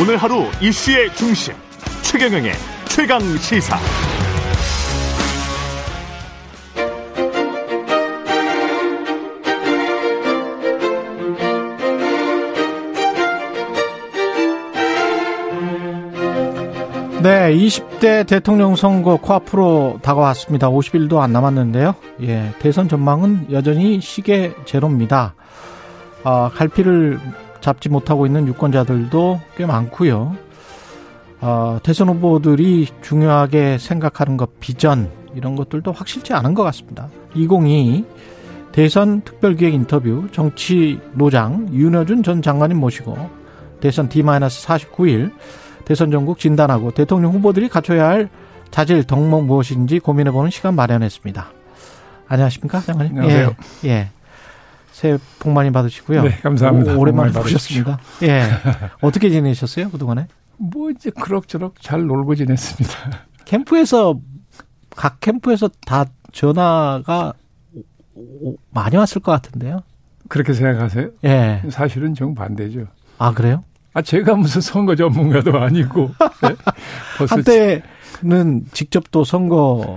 오늘 하루 이슈의 중심 최경영의 최강 시사. 네, 20대 대통령 선거 코앞으로 다가왔습니다. 50일도 안 남았는데요. 예, 대선 전망은 여전히 시계 제로입니다. 아, 갈피를 잡지 못하고 있는 유권자들도 꽤 많고요. 아, 대선 후보들이 중요하게 생각하는 것, 비전 이런 것들도 확실치 않은 것 같습니다. 2022 대선 특별기획 인터뷰 정치 노장 윤여준 전 장관님 모시고 대선 D-49일 대선 전국 진단하고 대통령 후보들이 갖춰야 할 자질 덕목 무엇인지 고민해보는 시간 마련했습니다. 안녕하십니까, 장관님? 안녕하세요. 예. 예. 새해 복 많이 받으시고요. 네, 감사합니다. 오, 오랜만에 복 많이 보셨습니다. 예. 어떻게 지내셨어요, 그동안에? 뭐 이제 그럭저럭 잘 놀고 지냈습니다. 캠프에서, 각 캠프에서 다 전화가 오- 오- 많이 왔을 것 같은데요? 그렇게 생각하세요? 예. 사실은 정반대죠. 아, 그래요? 아, 제가 무슨 선거 전문가도 아니고. 네? 벌써 한때는 직접 또 선거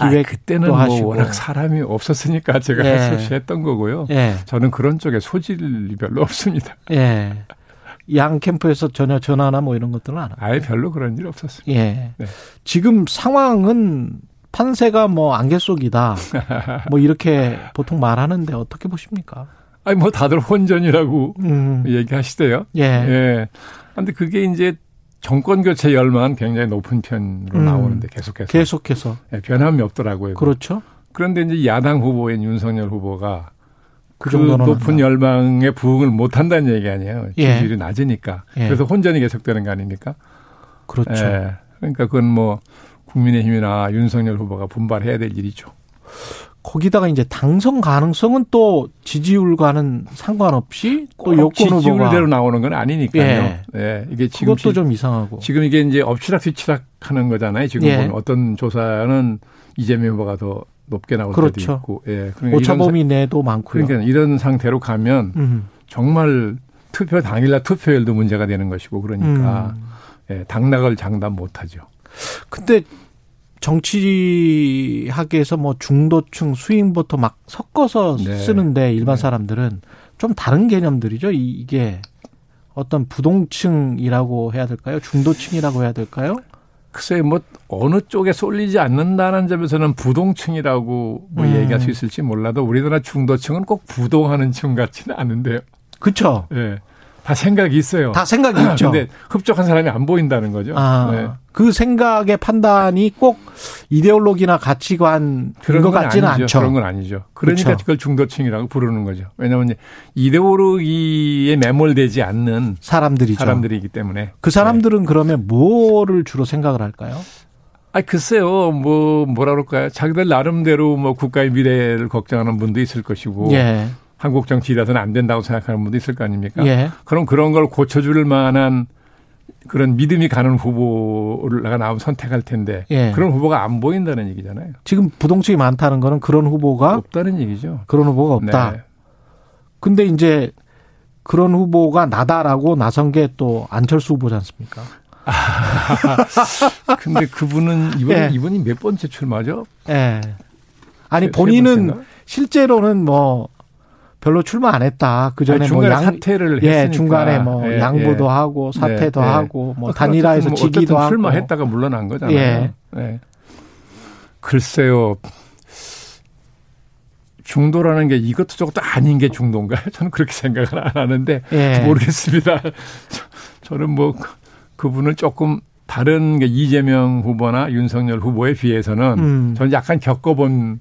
아, 기획. 그때는 뭐 하시고. 워낙 사람이 없었으니까 제가 예. 할수 없이 했던 거고요. 예. 저는 그런 쪽에 소질이 별로 없습니다. 예. 양 캠프에서 전혀 전화나 뭐 이런 것들은 안 하고. 아예 별로 그런 일 없었습니다. 예. 네. 지금 상황은 판세가 뭐 안개 속이다. 뭐 이렇게 보통 말하는데 어떻게 보십니까? 아니, 뭐 다들 혼전이라고 음. 얘기하시대요. 예. 예. 근데 그게 이제 정권 교체 열망은 굉장히 높은 편으로 음. 나오는데 계속해서. 계속해서. 예, 변함이 없더라고요. 그렇죠. 그런데 이제 야당 후보인 윤석열 후보가 그 그, 정도는 높은 한다. 열망에 부응을 못 한다는 얘기 아니에요. 예. 지지율이 낮으니까. 예. 그래서 혼전이 계속되는 거 아닙니까? 그렇죠. 예. 그러니까 그건 뭐 국민의힘이나 윤석열 후보가 분발해야 될 일이죠. 거기다가 이제 당선 가능성은 또 지지율과는 상관없이 또 꼭 여권 후보가 지지율대로 나오는 건 아니니까요. 예. 예. 이게 지금 그것도 좀 이상하고. 지금 이게 이제 엎치락뒤치락 하는 거잖아요. 지금 예. 보면 어떤 조사는 이재명 후보가 더 높게 나올 그렇죠. 때도 있고. 예. 그러니까 이런, 오차범위 내도 사- 많고요. 그러니까 이런 상태로 가면 음. 정말 투표 당일날 투표율도 문제가 되는 것이고 그러니까 음. 예, 당락을 장담 못하죠. 근데 정치학에서 뭐 중도층 수인부터 막 섞어서 네. 쓰는데 일반 네. 사람들은 좀 다른 개념들이죠. 이- 이게 어떤 부동층이라고 해야 될까요? 중도층이라고 해야 될까요? 글쎄 뭐 어느 쪽에 쏠리지 않는다는 점에서는 부동층이라고 뭐 음. 얘기할 수 있을지 몰라도 우리나라 중도층은 꼭 부동하는 층 같지는 않은데요. 그렇죠. 예, 다 생각이 있어요. 다 생각이 있죠. 근데 흡족한 사람이 안 보인다는 거죠. 아, 네. 그 생각의 판단이 꼭 이데올로기나 가치관인 것 건 같지는 아니죠. 않죠. 그런 건 아니죠. 그러니까 그렇죠. 그걸 중도층이라고 부르는 거죠. 왜냐하면 이제 이데올로기에 매몰되지 않는 사람들이죠. 사람들이기 네. 때문에 그 사람들은 그러면 뭐를 주로 생각을 할까요? 아 글쎄요 뭐 뭐라 그럴까요 자기들 나름대로 뭐 국가의 미래를 걱정하는 분도 있을 것이고 예. 한국 정치라서는 안 된다고 생각하는 분도 있을 거 아닙니까 예. 그럼 그런 걸 고쳐줄 만한 그런 믿음이 가는 후보가 나오면 선택할 텐데 예. 그런 후보가 안 보인다는 얘기잖아요 지금 부동층이 많다는 거는 그런 후보가 없다는 얘기죠 그런 후보가 아? 없다. 네. 근데 이제 그런 후보가 나다라고 나선 게 또 안철수 후보지 않습니까? 근데 그분은 이번 예. 이분이 몇 번째 출마죠 예. 아니 세- 세 본인은 번째인가? 실제로는 뭐 별로 출마 안 했다. 그 전에 아니, 뭐 중간에 양, 사퇴를 예, 했으니까 중간에 뭐 예, 양보도 예. 하고 사퇴도 예, 예. 하고 뭐 어, 단일화해서 어쨌든 뭐 지기도 어쨌든 하고. 출마했다가 물러난 거잖아요. 예. 예. 글쎄요. 중도라는 게 이것도 저것도 아닌 게 중도인가요? 저는 그렇게 생각을 안 하는데 예. 모르겠습니다. 저, 는뭐 그- 그분을 조금 다른 게 이재명 후보나 윤석열 후보에 비해서는 음. 저는 약간 겪어본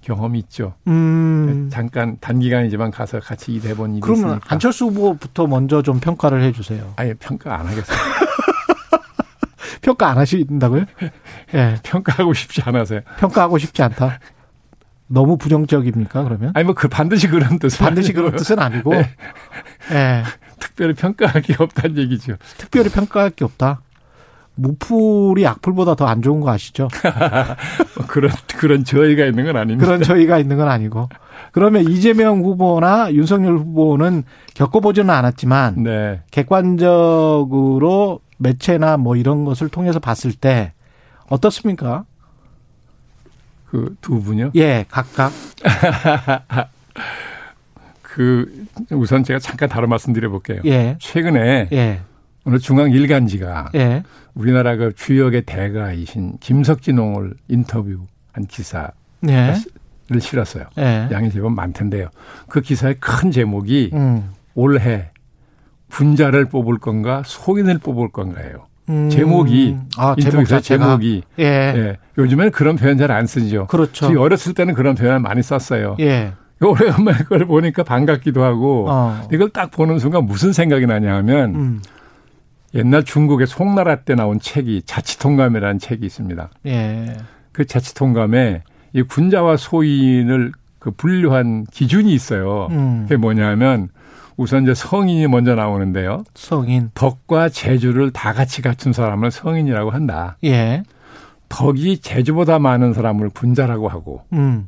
경험이 있죠. 음. 잠깐 단기간이지만 가서 같이 일해본 일이 그러면 있으니까. 안철수 후보부터 먼저 좀 평가를 해 주세요. 아예 평가 안 하겠어요. 평가 안 하신다고요? 예. 평가하고 싶지 않아서요. 평가하고 싶지 않다. 너무 부정적입니까, 그러면? 아니 뭐 그 반드시 그런 뜻은 반드시 아니고요. 그런 뜻은 아니고, 예. 특별히 평가할 게 없다는 얘기죠. 특별히 평가할 게 없다. 무풀이 악풀보다 더 안 좋은 거 아시죠? 뭐 그런 그런 저희가 있는 건 아닙니다. 그런 저희가 있는 건 아니고. 그러면 이재명 후보나 윤석열 후보는 겪어보지는 않았지만 네. 객관적으로 매체나 뭐 이런 것을 통해서 봤을 때 어떻습니까? 그 두 분요. 예, 각각. 그 우선 제가 잠깐 다뤄 말씀드려 볼게요. 예, 최근에 예, 어느 중앙 일간지가 예, 우리나라 그 주역의 대가이신 김석진홍을 인터뷰한 기사를 예, 실었어요. 예. 양이 제법 많던데요. 그 기사의 큰 제목이 음, 올해 분자를 뽑을 건가 소인을 뽑을 건가예요. 음. 제목이 아, 제목 인터뷰에서 자체가. 제목이 예, 예. 요즘에는 그런 표현 잘 안 쓰죠. 그렇죠. 저희 어렸을 때는 그런 표현을 많이 썼어요. 예, 오래간만에 그걸 보니까 반갑기도 하고 어, 이걸 딱 보는 순간 무슨 생각이 나냐 하면 음, 옛날 중국의 송나라 때 나온 책이 자치통감이라는 책이 있습니다. 예, 그 자치통감에 이 군자와 소인을 그 분류한 기준이 있어요. 음, 그게 뭐냐면 우선 이제 성인이 먼저 나오는데요. 성인, 덕과 재주를 다 같이 갖춘 사람을 성인이라고 한다. 예, 덕이 재주보다 많은 사람을 군자라고 하고 음,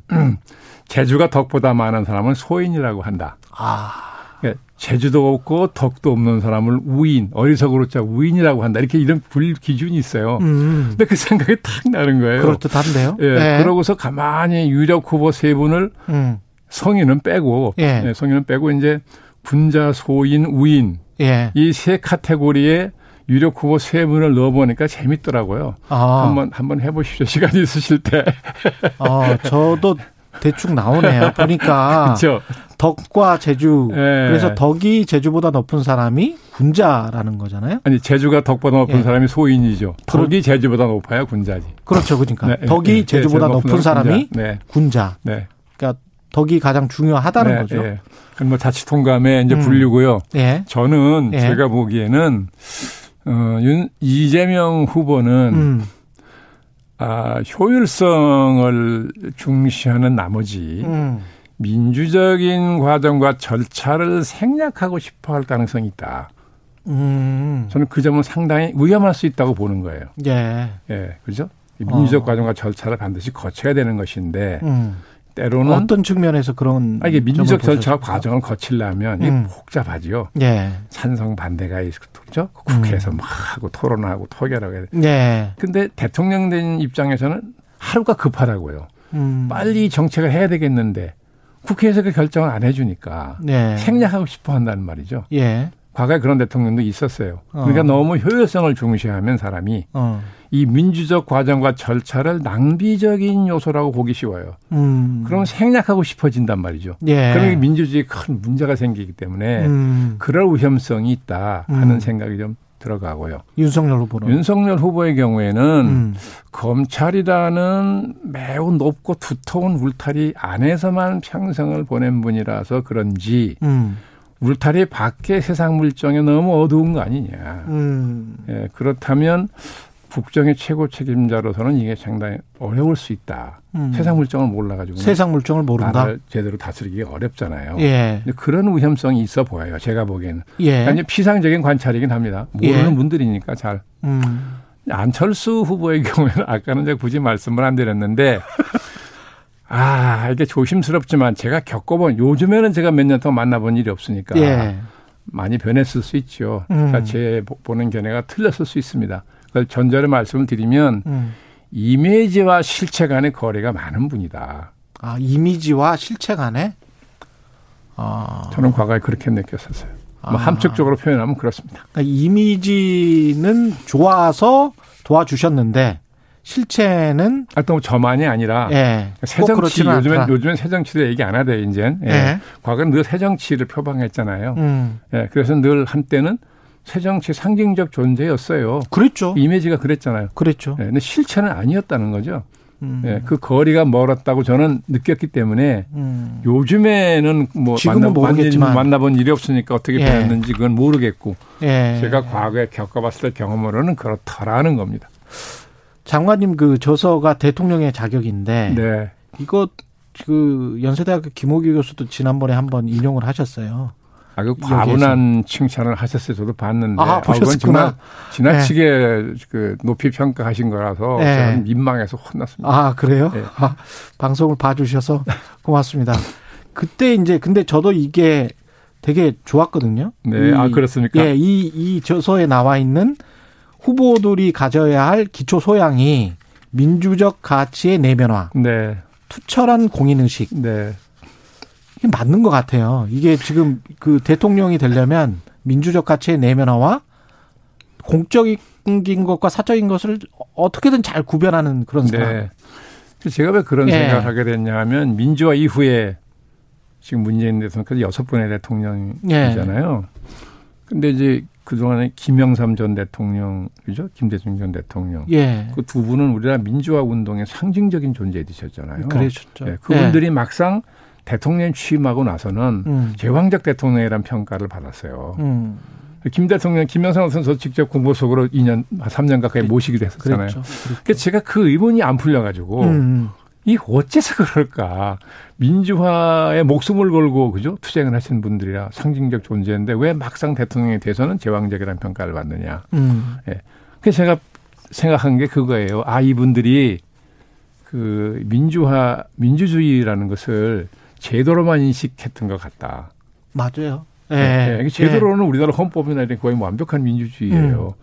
재주가 덕보다 많은 사람은 소인이라고 한다. 아, 그러니까 재주도 없고 덕도 없는 사람을 우인, 어리석으로 짜 우인이라고 한다. 이렇게 이런 불 기준이 있어요. 음, 그렇죠. 근데 그 생각이 탁 나는 거예요. 그럴 듯한데요. 예, 그러고서 가만히 유력 후보 세 분을 음, 성인은 빼고 예. 예, 성인은 빼고 이제 군자, 소인, 우인 예, 이 세 카테고리에 유력 후보 세 분을 넣어보니까 재밌더라고요. 아, 한번 한번 해보십시오. 시간이 있으실 때. 어, 저도 대충 나오네요. 보니까 그렇죠. 덕과 재주. 예. 그래서 덕이 재주보다 높은 사람이 군자라는 거잖아요. 아니 제주가 덕보다 높은 예. 사람이 소인이죠. 그러- 덕이 제주보다 높아야 군자지. 그렇죠, 그러니까 네, 예, 덕이 예, 재주보다 제일 높은, 사람은 사람이 군자. 네, 군자. 네, 그러니까 덕이 가장 중요하다는 네, 거죠. 예. 그건 뭐 자치통감에 이제 음. 분류고요. 예, 저는 예. 제가 보기에는 어, 윤, 이재명 후보는 음, 아, 효율성을 중시하는 나머지 음, 민주적인 과정과 절차를 생략하고 싶어 할 가능성이 있다. 음, 저는 그 점은 상당히 위험할 수 있다고 보는 거예요. 예, 예, 그죠? 이 민주적 어. 과정과 절차를 반드시 거쳐야 되는 것인데 음. 때로는 어떤 측면에서 그런 아, 이게 민주적 점을 절차와 보셨습니까? 과정을 거치려면 이게 음. 복잡하죠. 예, 찬성 반대가 있고 그죠? 음. 국회에서 막 하고 토론하고 토결하고. 해야 돼. 예, 근데 대통령 된 입장에서는 하루가 급하다고요. 음, 빨리 정책을 해야 되겠는데 국회에서 그 결정을 안 해주니까 예, 생략하고 싶어 한다는 말이죠. 예, 과거에 그런 대통령도 있었어요. 어. 그러니까 너무 효율성을 중시하면 사람이 어, 이 민주적 과정과 절차를 낭비적인 요소라고 보기 쉬워요. 음, 그럼 생략하고 싶어진단 말이죠. 예, 그러면 민주주의에 큰 문제가 생기기 때문에 음, 그럴 위험성이 있다 음. 하는 생각이 좀 들어가고요. 윤석열 후보는 윤석열 후보의 경우에는 음, 검찰이라는 매우 높고 두터운 울타리 안에서만 평생을 보낸 분이라서 그런지 음, 울타리 밖의 세상 물정에 너무 어두운 거 아니냐. 음, 예, 그렇다면 국정의 최고 책임자로서는 이게 상당히 어려울 수 있다. 음. 세상 물정을 몰라가지고 세상 물정을 모른다. 나라를 제대로 다스리기 어렵잖아요. 예, 근데 그런 위험성이 있어 보여요. 제가 보기에는 예, 아니 피상적인 관찰이긴 합니다. 모르는 예. 분들이니까 잘 음, 안철수 후보의 경우에는 아까는 제가 굳이 말씀을 안 드렸는데 아 이게 조심스럽지만 제가 겪어본 요즘에는 제가 몇 년 동안 만나본 일이 없으니까 예, 많이 변했을 수 있죠. 음. 그러니까 제 보- 보는 견해가 틀렸을 수 있습니다. 그걸 전제로 말씀을 드리면 음. 이미지와 실체 간의 거래가 많은 분이다. 아 이미지와 실체 간에 아, 저는 과거에 그렇게 느꼈었어요. 뭐 아. 함축적으로 표현하면 그렇습니다. 그러니까 이미지는 좋아서 도와주셨는데 실체는 하여튼 뭐 저만이 아니라 예, 꼭 새정치 그렇지는 요즘엔 않다. 요즘엔 새정치도 얘기 안 하대 이젠 예. 예. 과거는 늘 새정치를 표방했잖아요. 음, 예. 그래서 늘 한때는 새정치 상징적 존재였어요. 그랬죠, 이미지가 그랬잖아요. 그랬죠. 예. 근데 실체는 아니었다는 거죠. 음, 예. 그 거리가 멀었다고 저는 느꼈기 때문에 음, 요즘에는 뭐 지금은 모르겠지만. 만나, 본 일이 없으니까 어떻게 예. 변했는지 그건 모르겠고 예. 제가 과거에 겪어봤을 때 경험으로는 그렇더라는 겁니다. 장관님 그 저서가 대통령의 자격인데 네. 이거 그 연세대학교 김호규 교수도 지난번에 한번 인용을 하셨어요. 아주 과분한 칭찬을 하셨어요. 저도 봤는데. 아, 보셨구나. 예. 지나, 지나치게 그 높이 평가하신 거라서 네. 저는 민망해서 혼났습니다. 아, 그래요? 네. 아, 방송을 봐주셔서 고맙습니다. 그때 이제, 근데 저도 이게 되게 좋았거든요. 네, 아, 그렇습니까? 예, 이, 이 저서에 나와 있는 후보들이 가져야 할 기초 소양이 민주적 가치의 내면화, 네. 투철한 공인의식, 네. 이게 맞는 것 같아요. 이게 지금 그 대통령이 되려면 민주적 가치의 내면화와 공적인 것과 사적인 것을 어떻게든 잘 구별하는 그런 사람. 네. 그래서 제가 왜 그런 예. 생각을 하게 됐냐 하면 민주화 이후에 지금 문재인 대통령까지 여섯 분의 예. 네. 대통령이잖아요. 근데 이제 그동안에 김영삼 전 대통령이죠. 김대중 전 대통령. 예. 그 두 분은 우리나라 민주화 운동의 상징적인 존재이 되셨잖아요. 음, 그러셨죠. 네, 그분들이 막상 대통령 취임하고 나서는 예. 음. 제왕적 대통령이라는 평가를 받았어요. 음. 김 대통령, 김영삼 선수 직접 공보 속으로 2년, 3년 가까이 그- 모시기도 했었잖아요. 그랬죠. 그 제가 그 의문이 안 풀려가지고 음. 이 어째서 그럴까 민주화에 목숨을 걸고 그죠 투쟁을 하신 분들이라 상징적 존재인데 왜 막상 대통령이 돼서는 제왕적이라는 평가를 받느냐 음. 그 제가 생각한 게 그거예요 아 이분들이 그 민주화 민주주의라는 것을 제도로만 인식했던 것 같다 맞아요. 예. 예, 이게 제도로는 우리나라 헌법이나 이런 거의 뭐 완벽한 민주주의예요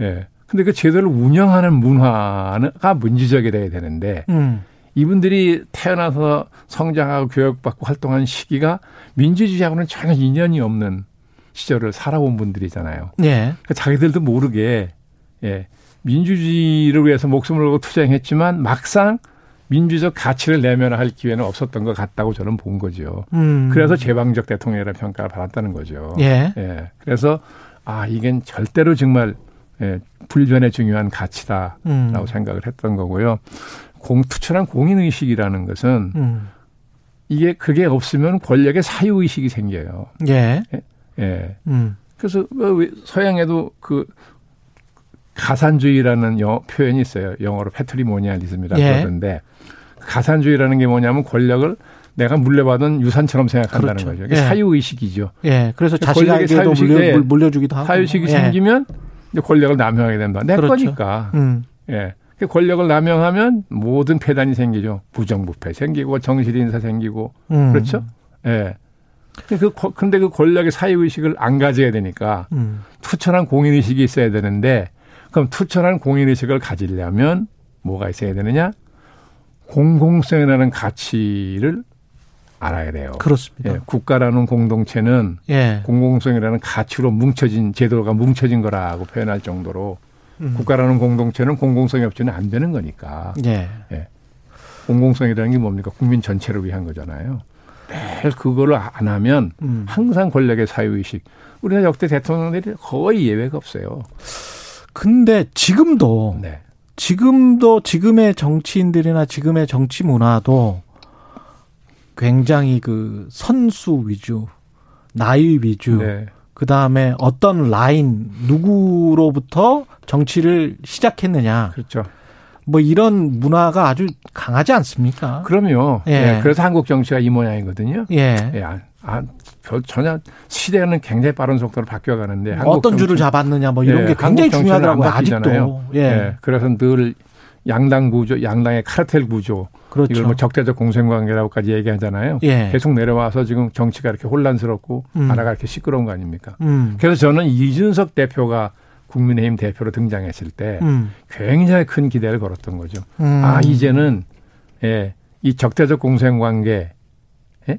예 근데 그 제도를 운영하는 문화가 민주적이 돼야 되는데 예. 음. 이분들이 태어나서 성장하고 교육받고 활동한 시기가 민주주의하고는 전혀 인연이 없는 시절을 살아온 분들이잖아요. 예. 그러니까 자기들도 모르게 예, 민주주의를 위해서 목숨을 걸고 투쟁했지만 막상 민주적 가치를 내면할 기회는 없었던 것 같다고 저는 본 거죠. 음. 그래서 제방적 대통령이라는 평가를 받았다는 거죠. 예. 예, 그래서 아 이건 절대로 정말 예, 불변의 중요한 가치다. 음. 라고 생각을 했던 거고요. 공, 투철한 공인의식이라는 것은 음. 이게 그게 없으면 권력의 사유의식이 생겨요. 예. 예. 음. 그래서 왜- 왜 서양에도 그 가산주의라는 영 표현이 있어요. 영어로 패트리모니얼리즘이라고 예. 그러는데 가산주의라는 게 뭐냐면 권력을 내가 물려받은 유산처럼 생각한다는 그렇죠. 거죠. 이게 예. 사유의식이죠. 예. 그래서 권력의 자식에게도 사유식에 물려, 물- 물려주기도 하고. 사유의식이 예. 생기면 이제 권력을 남용하게 된다. 내 그렇죠. 거니까. 음. 예. 그 권력을 남용하면 모든 폐단이 생기죠. 부정부패 생기고 정실인사 생기고 음. 그렇죠. 예. 근데 그 거- 근데 그 권력의 사유 의식을 안 가져야 되니까 음. 투철한 공인 의식이 있어야 되는데 그럼 투철한 공인 의식을 가지려면 뭐가 있어야 되느냐? 공공성이라는 가치를 알아야 돼요. 그렇습니다. 예, 국가라는 공동체는 예. 공공성이라는 가치로 뭉쳐진 제도가 뭉쳐진 거라고 표현할 정도로 음. 국가라는 공동체는 공공성이 없이는 안 되는 거니까 예. 공공성이라는 게 뭡니까 국민 전체를 위한 거잖아요. 매일 그거를 안 하면 음. 항상 권력의 사유의식. 우리나라 역대 대통령들이 거의 예외가 없어요. 근데 지금도 네. 지금도 지금의 정치인들이나 지금의 정치 문화도 굉장히 그 선수 위주, 나이 위주, 네. 그 다음에 어떤 라인, 누구로부터 정치를 시작했느냐, 그렇죠. 뭐 이런 문화가 아주 강하지 않습니까? 그럼요. 예. 예, 그래서 한국 정치가 이 모양이거든요. 예. 예. 아, 아, 저- 전혀 시대는 굉장히 빠른 속도로 바뀌어 가는데 어떤 줄을 잡았느냐, 뭐 이런 예, 게 굉장히 한국 정치는 중요하더라고요. 안 바뀌잖아요. 아직도. 예. 예, 그래서 늘 양당 구조, 양당의 카르텔 구조, 그렇죠. 이걸 뭐 적대적 공생관계라고까지 얘기하잖아요. 예. 계속 내려와서 지금 정치가 이렇게 혼란스럽고 음. 나라가 이렇게 시끄러운 거 아닙니까? 음. 그래서 저는 이준석 대표가 국민의힘 대표로 등장했을 때 음. 굉장히 큰 기대를 걸었던 거죠. 음. 네. 아 이제는 예, 이 적대적 공생관계, 예.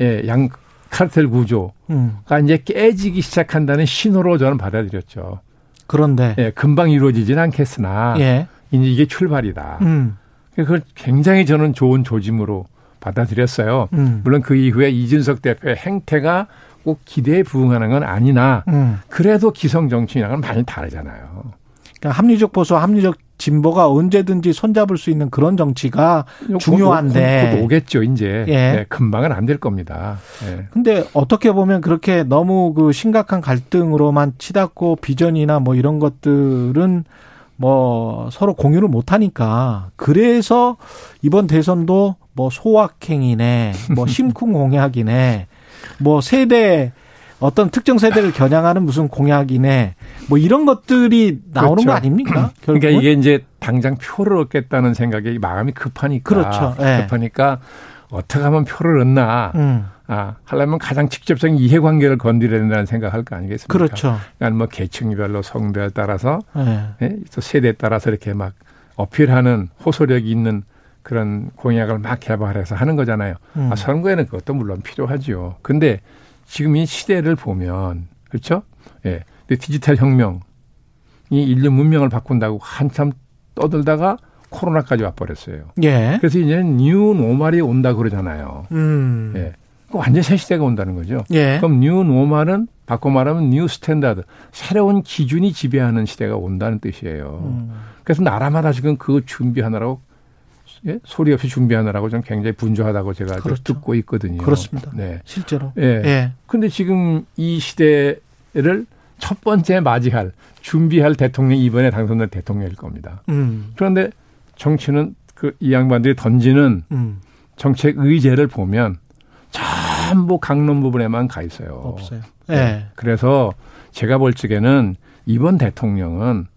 예, 양 카르텔 구조가 음. 이제 깨지기 시작한다는 신호로 저는 받아들였죠. 그런데. 예, 아. 금방 이루어지진 않겠으나 예. 이제 이게 출발이다. 음. 그걸 굉장히 저는 좋은 조짐으로 받아들였어요. 음. 물론 그 이후에 이준석 대표의 행태가 꼭 기대에 부응하는 건 아니나 음. 그래도 기성 정치인하고는 많이 다르잖아요. 그러니까 합리적 보수와 합리적 진보가 언제든지 손잡을 수 있는 그런 정치가 중요한데. 곧, 오- 곧 오겠죠 이제 예. 네, 금방은 안 될 겁니다. 예. 근데 어떻게 보면 그렇게 너무 그 심각한 갈등으로만 치닫고 비전이나 뭐 이런 것들은 뭐 서로 공유를 못 하니까 그래서 이번 대선도 뭐 소확행이네, 뭐 심쿵 공약이네, 뭐 세대 어떤 특정 세대를 겨냥하는 무슨 공약이네 뭐 이런 것들이 나오는 그렇죠. 거 아닙니까? 그러니까 결국은? 이게 이제 당장 표를 얻겠다는 생각에 마음이 급하니까 그렇죠. 예. 급하니까 어떻게 하면 표를 얻나 음, 아 하려면 가장 직접적인 이해관계를 건드려야 된다는 생각할 거 아니겠습니까? 그렇죠. 그러니까 뭐 계층별로 성별에 따라서 예. 예? 또 세대에 따라서 이렇게 막 어필하는 호소력이 있는 그런 공약을 막 개발해서 하는 거잖아요. 음. 아, 선거에는 그것도 물론 필요하죠. 근데 지금 이 시대를 보면 그렇죠? 예. 근데 디지털 혁명이 인류 문명을 바꾼다고 한참 떠들다가 코로나까지 와버렸어요. 예. 그래서 이제는 뉴 노말이 온다 그러잖아요. 음. 예. 그 완전 새 시대가 온다는 거죠. 예. 그럼 뉴 노말은 바꿔 말하면 뉴 스탠다드 새로운 기준이 지배하는 시대가 온다는 뜻이에요. 음. 그래서 나라마다 지금 그 준비하느라고 예? 소리 없이 준비하느라고 좀 굉장히 분주하다고 제가 좀 그렇죠. 듣고 있거든요. 그렇습니다. 네. 실제로. 예. 예. 근데 지금 이 시대를 첫 번째 맞이할 준비할 대통령이 이번에 당선된 대통령일 겁니다. 음. 그런데 정치는 그 이 양반들이 던지는 음. 정책 의제를 보면 전부 강론 부분에만 가 있어요. 없어요. 예. 네. 그래서 제가 볼 적에는 이번 대통령은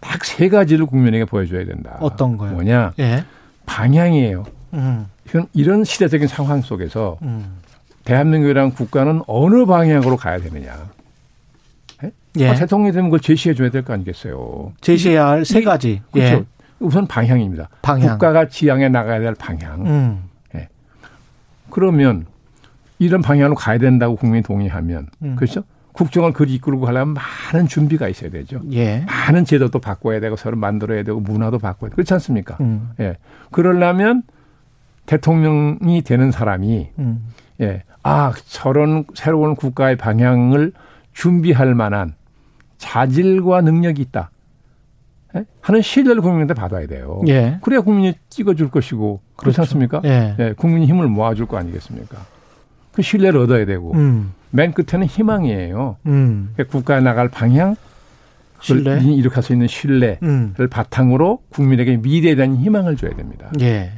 딱 세 가지를 국민에게 보여줘야 된다. 어떤 거요? 뭐냐 예. 방향이에요. 음. 이건 이런 시대적인 상황 속에서 음. 대한민국이라는 국가는 어느 방향으로 가야 되느냐. 예. 아, 대통령이 되면 그걸 제시해 줘야 될 거 아니겠어요. 제시해야 할 세 가지. 그렇죠. 예. 우선 방향입니다. 방향. 국가가 지향해 나가야 될 방향. 음. 그러면 이런 방향으로 가야 된다고 국민이 동의하면 음. 그렇죠? 국정을 그리 이끌고 가려면 많은 준비가 있어야 되죠. 예. 많은 제도도 바꿔야 되고 서로 만들어야 되고 문화도 바꿔야 되고 그렇지 않습니까? 음. 예. 그러려면 대통령이 되는 사람이 음. 예. 아, 저런 새로운 국가의 방향을 준비할 만한 자질과 능력이 있다. 예? 하는 신뢰를 국민한테 받아야 돼요. 예. 그래야 국민이 찍어줄 것이고 그렇지 않습니까? 예. 예, 국민이 힘을 모아줄 거 아니겠습니까? 그 신뢰를 얻어야 되고 음. 맨 끝에는 희망이에요. 음. 그러니까 국가에 나갈 방향, 신뢰. 그걸 이- 이룩할 수 있는 신뢰를 음. 바탕으로 국민에게 미래에 대한 희망을 줘야 됩니다. 예.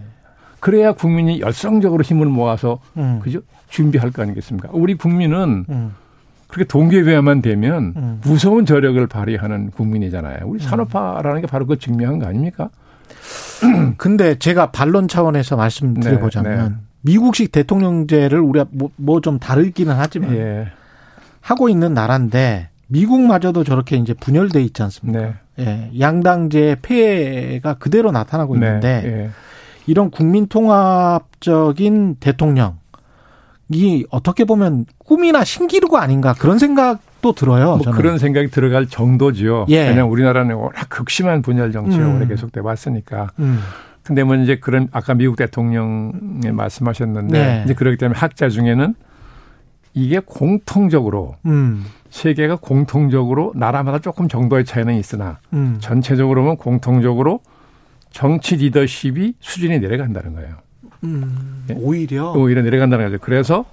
그래야 국민이 열성적으로 힘을 모아서 음. 그죠 준비할 거 아니겠습니까? 우리 국민은 음. 그렇게 동계외만 되면 음. 무서운 저력을 발휘하는 국민이잖아요. 우리 산업화라는 게 바로 그 증명한 거 아닙니까? 근데 제가 반론 차원에서 네, 말씀드려보자면 미국식 대통령제를 우리가 뭐 좀 다르기는 하지만 예, 하고 있는 나라인데 미국마저도 저렇게 이제 분열돼 있지 않습니까? 네, 예, 양당제의 폐해가 그대로 나타나고 있는데 네, 이런 국민통합적인 대통령이 어떻게 보면 꿈이나 신기루가 아닌가 그런 생각도 들어요. 뭐 저는. 그런 생각이 들어갈 정도지요. 예. 왜냐하면 우리나라는 워낙 극심한 분열 정치가 음. 오래 계속돼 왔으니까. 음, 근데 뭐 이제 그런 아까 미국 대통령에 말씀하셨는데 네. 이제 그렇기 때문에 학자 중에는 이게 공통적으로 음, 세계가 공통적으로 나라마다 조금 정도의 차이는 있으나 음. 전체적으로 보면 공통적으로 정치 리더십이 수준이 내려간다는 거예요. 음, 오히려 오히려 내려간다는 거죠. 그래서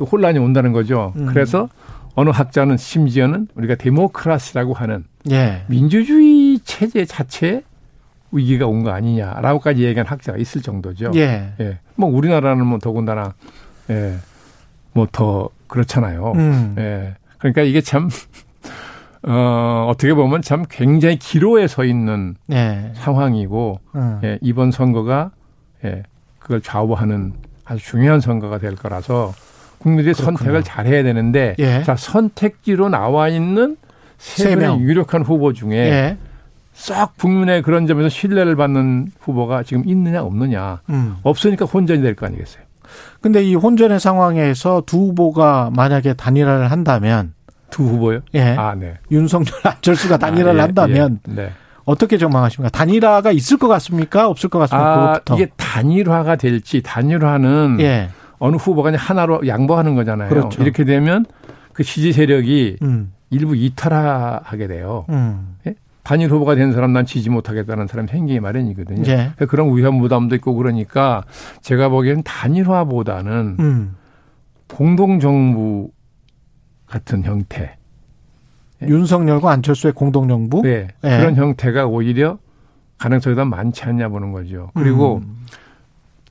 혼란이 온다는 거죠. 음. 그래서 어느 학자는 심지어는 우리가 데모크라시라고 하는 예, 민주주의 체제 자체에 위기가 온 거 아니냐라고까지 얘기한 학자가 있을 정도죠. 예, 예. 뭐 우리나라는 뭐 더군다나 예. 뭐 더 그렇잖아요. 음, 예. 그러니까 이게 참 어, 어떻게 보면 참 굉장히 기로에 서 있는 예, 상황이고 음, 예, 이번 선거가 예, 그걸 좌우하는 아주 중요한 선거가 될 거라서 국민들이 그렇군요. 선택을 잘 해야 되는데 예. 자, 선택지로 나와 있는 세 세 명의 명. 유력한 후보 중에 예, 썩 국민의 그런 점에서 신뢰를 받는 후보가 지금 있느냐 없느냐 음. 없으니까 혼전이 될 거 아니겠어요. 근데 이 혼전의 상황에서 두 후보가 만약에 단일화를 한다면, 두 후보요? 예, 아, 네. 윤석열, 안철수가 단일화를 아, 예, 한다면 예, 네. 어떻게 전망하십니까? 단일화가 있을 것 같습니까? 없을 것 같습니까? 아, 그것부터. 이게 음. 단일화가 될지 단일화는 예, 어느 후보가 그냥 하나로 양보하는 거잖아요. 그렇죠. 이렇게 되면 그 지지 세력이 음, 일부 이탈하게 돼요. 음, 단일 후보가 된 사람 난 지지 못하겠다는 사람이 생기기 마련이거든요. 그러니까 예, 그래서 그런 위험 부담도 있고 그러니까 제가 보기에는 단일화보다는 음. 공동정부 같은 형태. 예. 윤석열과 안철수의 공동정부? 네. 예. 그런 형태가 오히려 가능성이 더 많지 않냐 보는 거죠. 그리고 음.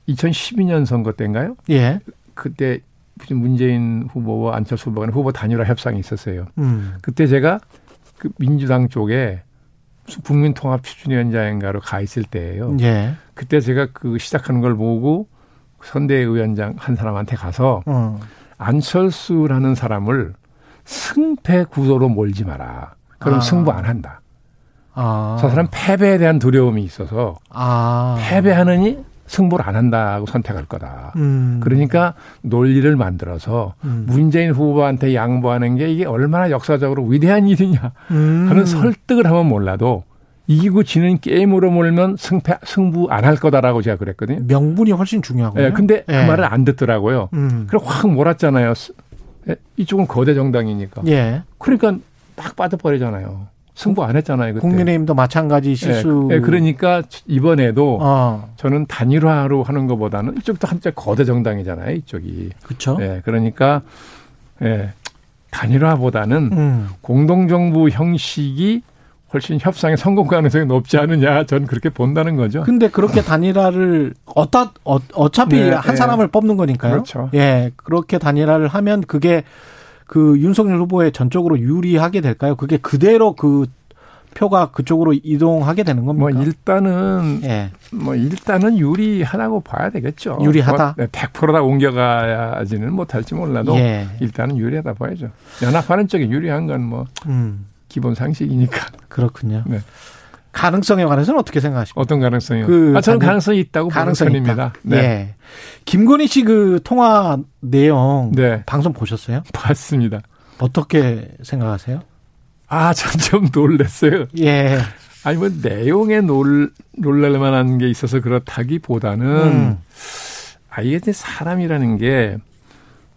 2012년 선거 때인가요? 예, 그때 문재인 후보와 안철수 후보 간의 후보 단일화 협상이 있었어요. 음. 그때 제가 그 민주당 쪽에 국민통합추진위원장인가로 가 있을 때예요. 예. 그때 제가 그 시작하는 걸 보고 선대위원장 한 사람한테 가서 어. 음. 안철수라는 사람을 승패 구도로 몰지 마라. 그럼 아. 승부 안 한다. 아. 저 사람 패배에 대한 두려움이 있어서 아. 패배하느니 승부를 안 한다고 선택할 거다. 음. 그러니까 논리를 만들어서 음. 문재인 후보한테 양보하는 게 이게 얼마나 역사적으로 위대한 일이냐 음. 하는 설득을 하면 몰라도 이기고 지는 게임으로 몰면 승패 승부 안 할 거다라고 제가 그랬거든요. 명분이 훨씬 중요하고요. 예, 근데 예. 그 말을 안 듣더라고요. 음. 그래 확 몰았잖아요. 예, 이쪽은 거대 정당이니까. 예. 그러니까 딱 빠져버리잖아요. 승부 안 했잖아요. 그때. 국민의힘도 마찬가지 실수. 예, 예, 그러니까 이번에도 어. 저는 단일화로 하는 것보다는 이쪽도 한때 거대 정당이잖아요. 이쪽이. 그렇죠. 예, 그러니까 예, 단일화보다는 음. 공동정부 형식이 훨씬 협상의 성공 가능성이 높지 않느냐 저는 그렇게 본다는 거죠. 근데 그렇게 단일화를 어따, 어, 어차피 네, 한 네. 사람을 뽑는 거니까요. 그렇죠. 예, 그렇게 단일화를 하면 그게 그 윤석열 후보에 전적으로 유리하게 될까요? 그게 그대로 그 표가 그쪽으로 이동하게 되는 겁니까? 뭐 일단은 예. 뭐 일단은 유리하다고 봐야 되겠죠. 유리하다. 뭐 100%다 옮겨가지는 못할지 몰라도 예. 일단은 유리하다 봐야죠. 연합하는 쪽이 유리한 건뭐 음. 기본 상식이니까. 그렇군요. 네. 가능성에 관해서는 어떻게 생각하십니까? 어떤 가능성이요? 그 아, 저는 가능, 가능성이 있다고 가능성 보는 편입니다. 있다. 네. 예. 김건희 씨 그 통화 내용 네. 방송 보셨어요? 봤습니다. 어떻게 생각하세요? 아, 전좀 놀랐어요. 예. 아니 뭐 내용에 놀 놀랄 만한 게 있어서 그렇다기보다는 음. 아 이게 사람이라는 게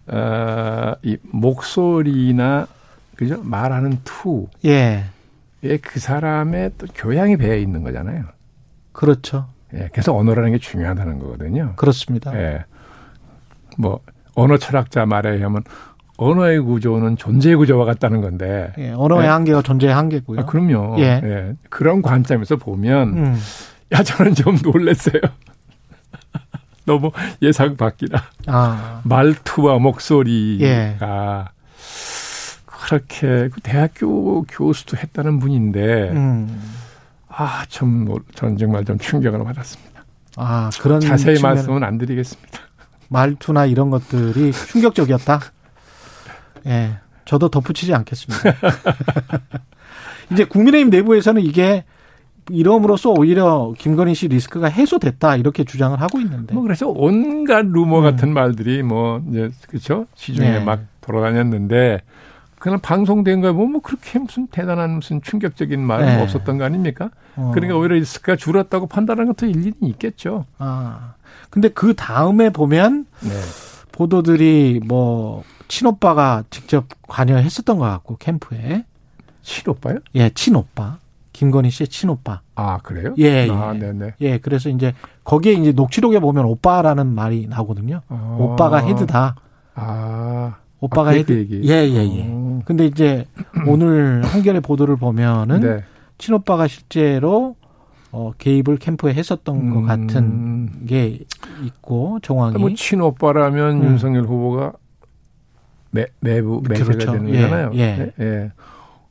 어, 이 목소리나 그죠? 말하는 투. 예. 예, 그 사람의 또 교양이 배에 있는 거잖아요. 그렇죠. 예, 그래서 언어라는 게 중요하다는 거거든요. 그렇습니다. 예. 뭐, 언어 철학자 말에 의하면 언어의 구조는 존재의 구조와 같다는 건데. 예, 언어의 예. 한계가 존재의 한계고요. 네. 아, 그럼요. 예. 예. 그런 관점에서 보면, 음. 야, 저는 좀 놀랐어요. 너무 예상 밖이라. 아. 말투와 목소리가. 예. 그렇게 대학교 교수도 했다는 분인데 음. 아참 뭐, 저는 정말 좀 충격을 받았습니다. 아 그런 자세히 측면... 말씀은 안 드리겠습니다. 말투나 이런 것들이 충격적이었다. 예, 네, 저도 덧붙이지 않겠습니다. 이제 국민의힘 내부에서는 이게 이러므로써 오히려 김건희 씨 리스크가 해소됐다 이렇게 주장을 하고 있는데. 뭐 그래서 온갖 루머 같은 음. 말들이 뭐 이제 그렇죠 시중에 네. 막 돌아다녔는데 그냥 방송된 거에 보면 뭐 그렇게 무슨 대단한 무슨 충격적인 말은 네. 없었던 거 아닙니까? 어. 그러니까 오히려 리스크가 줄었다고 판단하는 것도 일리는 있겠죠. 아. 근데 그 다음에 보면 네. 보도들이 뭐 친오빠가 직접 관여했었던 것 같고 캠프에 친오빠요? 예, 친오빠. 김건희 씨의 친오빠. 아, 그래요? 예, 아, 예. 네네. 예, 그래서 이제 거기에 이제 녹취록에 보면 오빠라는 말이 나오거든요. 아. 오빠가 헤드다. 아. 오빠가 아, 헤드 얘기. 예, 예, 예. 오. 근데 이제 오늘 한겨레 보도를 보면은 네. 친오빠가 실제로 어 개입을 캠프에 했었던 음. 아, 것 같은 게 있고 정황이 뭐 친오빠라면 음. 윤석열 후보가 매, 내부 매제가 그렇죠. 되는 거잖아요. 예, 예. 네? 예.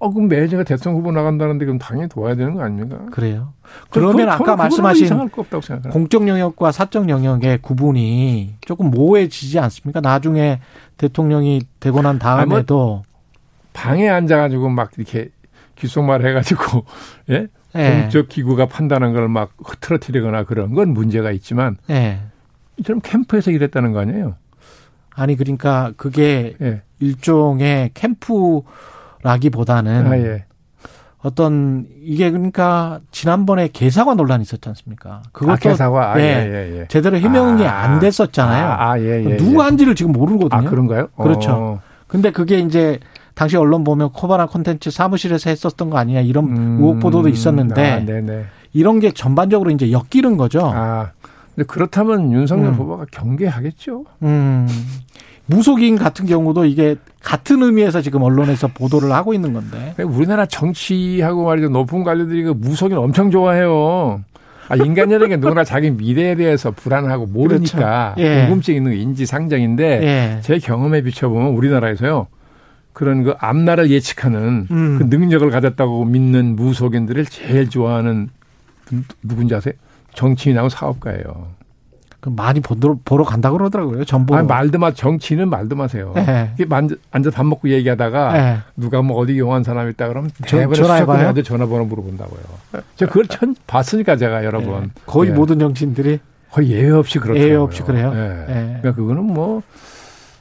어 그럼 매제가 대선 후보 나간다는데 그럼 당연히 도와야 되는 거 아닙니까? 그래요. 그러면 아까 말씀하신 공적 영역과 사적 영역의 구분이 조금 모호해지지 않습니까? 나중에 대통령이 되고 난 다음에도 방에 앉아가지고 막 이렇게 귓속말 해가지고 예? 예. 공적 기구가 판단한 걸 막 흐트러뜨리거나 그런 건 문제가 있지만 예. 이처럼 캠프에서 일했다는 거 아니에요? 아니 그러니까 그게 예. 일종의 캠프라기보다는 아, 예. 어떤 이게 그러니까 지난번에 개사과 논란이 있었지 않습니까? 그것도 아, 아, 예, 예, 예, 제대로 해명이 아, 안 됐었잖아요. 아, 예, 예, 누구 한지를 지금 모르거든요. 아, 그런가요? 그렇죠. 어. 근데 그게 이제 당시 언론 보면 코바나 콘텐츠 사무실에서 했었던 거 아니냐 이런 음, 의혹 보도도 있었는데 어. 이런 게 전반적으로 이제 엿기른 거죠. 네. 아, 근데 그렇다면 윤석열 음. 후보가 경계하겠죠. 음. 무속인 같은 경우도 이게 같은 의미에서 지금 언론에서 보도를 하고 있는 건데. 우리나라 정치하고 말이죠. 높은 관료들이 그 무속인 엄청 좋아해요. 아, 인간이라는 게 누구나 자기 미래에 대해서 불안하고 모르니까 그렇죠. 예. 궁금증 있는 게 인지상정인데 예. 제 경험에 비춰보면 우리나라에서요. 그런 그 앞날을 예측하는 음. 그 능력을 가졌다고 믿는 무속인들을 제일 좋아하는 분- 누군지 아세요? 정치인하고 사업가예요. 그 많이 보러, 보러 간다 그러더라고요. 전보. 아, 말도 마, 정치인은 말도 마세요. 예. 이게 앉아, 앉아 밥 먹고 얘기하다가 예. 누가 뭐 어디 용한 사람이 있다 그러면 전- 대부분 전화해봐요? 수사권한테 전화번호 물어본다고요. 제가 그걸 천, 봤으니까 제가 여러 번 예. 거의 예. 모든 정치인들이 거의 예외 없이 그렇죠. 예외 없이 그래요? 예. 예. 그러니까 그거는 뭐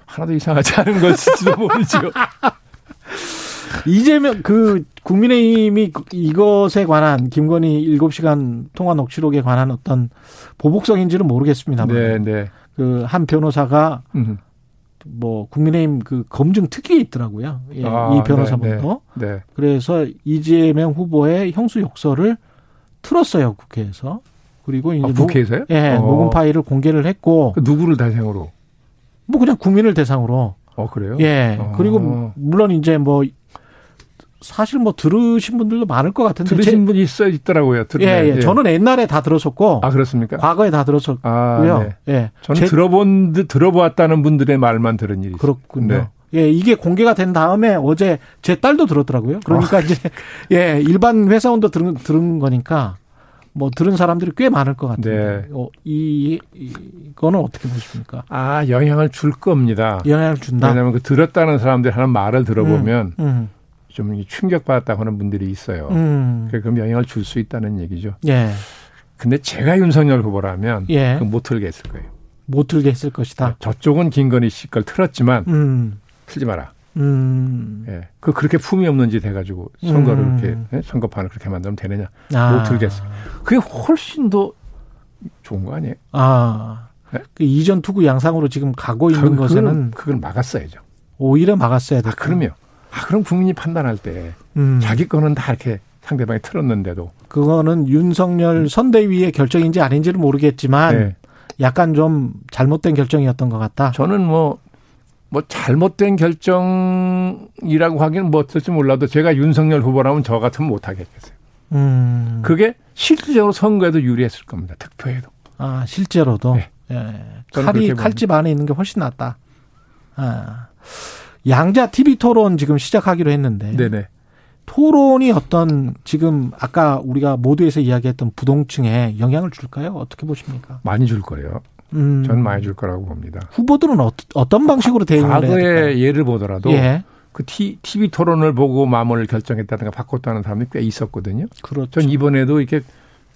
하나도 이상하지 않은 것일지도 모르죠. 이재명 그 국민의힘이 이것에 관한 김건희 7시간 통화 녹취록에 관한 어떤 보복성인지는 모르겠습니다만 네, 네. 그 한 변호사가 음. 뭐 국민의힘 그 검증 특위에 있더라고요. 예, 아, 이 변호사분도. 네, 네. 네. 그래서 이재명 후보의 형수 욕설을 틀었어요 국회에서. 그리고 이제 아, 녹- 국회에서요? 예, 어. 녹음 파일을 공개를 했고 그 누구를 대상으로? 뭐 그냥 국민을 대상으로 어, 그래요? 예. 어. 그리고 물론 이제 뭐 사실 뭐 들으신 분들도 많을 것 같은데 들으신 분이 있어 있더라고요. 제- 들은 네, 예, 예. 저는 옛날에 다 들었었고 아, 그렇습니까? 과거에 다 들었었고요. 아, 네. 예. 저는 제- 들어본 듯 들어보았다는 분들의 말만 들은 일이 있어요. 그렇군요. 네. 예, 이게 공개가 된 다음에 어제 제 딸도 들었더라고요. 아, 그러니까 이제 예, 일반 회사원도 들은 들은 거니까 뭐 들은 사람들이 꽤 많을 것 네. 같은데. 어, 이 이거는 어떻게 보십니까? 아, 영향을 줄 겁니다. 영향을 준다. 왜냐하면 그 들었다는 사람들이 하는 말을 들어보면 예, 음. 좀 충격받았다고 하는 분들이 있어요. 음. 그러니까 그럼 영향을 줄 수 있다는 얘기죠. 예. 근데 제가 윤석열 후보라면 예. 그못 틀게 했을 거예요. 못 들게 했을 것이다. 저쪽은 김건희 씨 걸 틀었지만 음. 틀지 마라. 음. 예. 그 그렇게 품이 없는 짓 해가지고 선거를 음. 이렇게 예? 선거판을 그렇게 만들면 되느냐? 아. 못 틀게 했어요. 그게 훨씬 더 좋은 거 아니에요? 아. 네? 그 이전 투구 양상으로 지금 가고 있는 그건- 것에는 그걸 막았어야죠. 오히려 막았어야 됐다. 아 그럼요. 아 그럼 국민이 판단할 때 음. 자기 거는 다 이렇게 상대방이 틀었는데도 그거는 음. 윤석열 선대위의 결정인지 아닌지는 모르겠지만 예. 약간 좀 잘못된 결정이었던 것 같다. 저는 뭐, 뭐 잘못된 결정이라고 하기는 뭐 어떨지 몰라도 제가 윤석열 후보라면 저 같으면 못하겠어요. 음. 그게 실질적으로 선거에도 유리했을 겁니다. 득표에도. 아, 실제로도. 네. 예. 저는 칼이 그렇게 칼집 안에 있는 게 훨씬 낫다. 아. 양자 TV 토론 지금 시작하기로 했는데 네네. 토론이 어떤 지금 아까 우리가 모두에서 이야기했던 부동층에 영향을 줄까요? 어떻게 보십니까? 많이 줄 거예요. 음. 저는 많이 줄 거라고 봅니다. 후보들은 어, 떤 방식으로 대응을 해야 될까요? 과거의 예를 보더라도 예. 그 티, TV 토론을 보고 마음을 결정했다든가 바꿨다는 사람이 꽤 있었거든요. 그렇죠. 전 이번에도 이렇게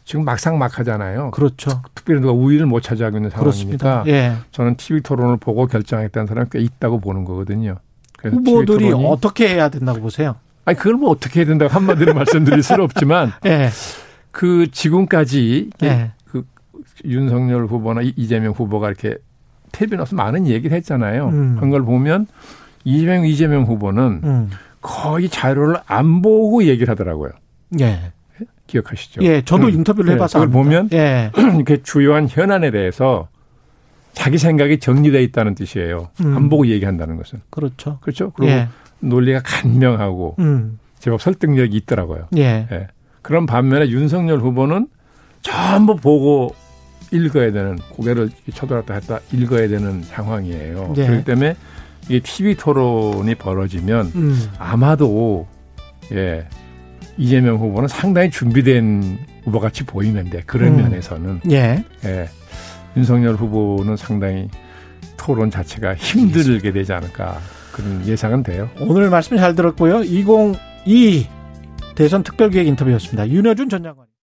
지금 막상 막 하잖아요. 그렇죠. 특별히 누가 우위를 못 차지하고 있는 상황이니까 그렇습니다. 예. 저는 TV 토론을 보고 결정했다는 사람이 꽤 있다고 보는 거거든요. 그래서 TV 후보들이 토론이 어떻게 해야 된다고 보세요? 아니 그걸 뭐 어떻게 해야 된다고 한마디로 말씀드릴 수는 없지만 예. 그 지금까지 이게 예. 윤석열 후보나 이- 이재명 후보가 이렇게 텔레비 나서 많은 얘기를 했잖아요. 음. 그런 걸 보면 이재명 이재명 후보는 음. 거의 자료를 안 보고 얘기를 하더라고요. 예. 기억하시죠? 예. 저도 음. 인터뷰를 예, 해봐서 그걸 압니다. 보면 예. 이렇게 주요한 현안에 대해서 자기 생각이 정리돼 있다는 뜻이에요. 음. 안 보고 얘기한다는 것은 그렇죠. 그렇죠. 그리고 예. 논리가 간명하고 음. 제법 설득력이 있더라고요. 예. 예. 그런 반면에 윤석열 후보는 전부 보고 읽어야 되는 고개를 쳐들었다 했다 읽어야 되는 상황이에요. 네. 그렇기 때문에 이게 TV 토론이 벌어지면 음. 아마도 예. 이재명 후보는 상당히 준비된 후보 같이 보이는데 그런 음. 면에서는 예. 예. 윤석열 후보는 상당히 토론 자체가 힘들게 되지 않을까 그런 예상은 돼요. 오늘 말씀 잘 들었고요. 2022 대선 특별기획 인터뷰였습니다. 윤여준 전 장관.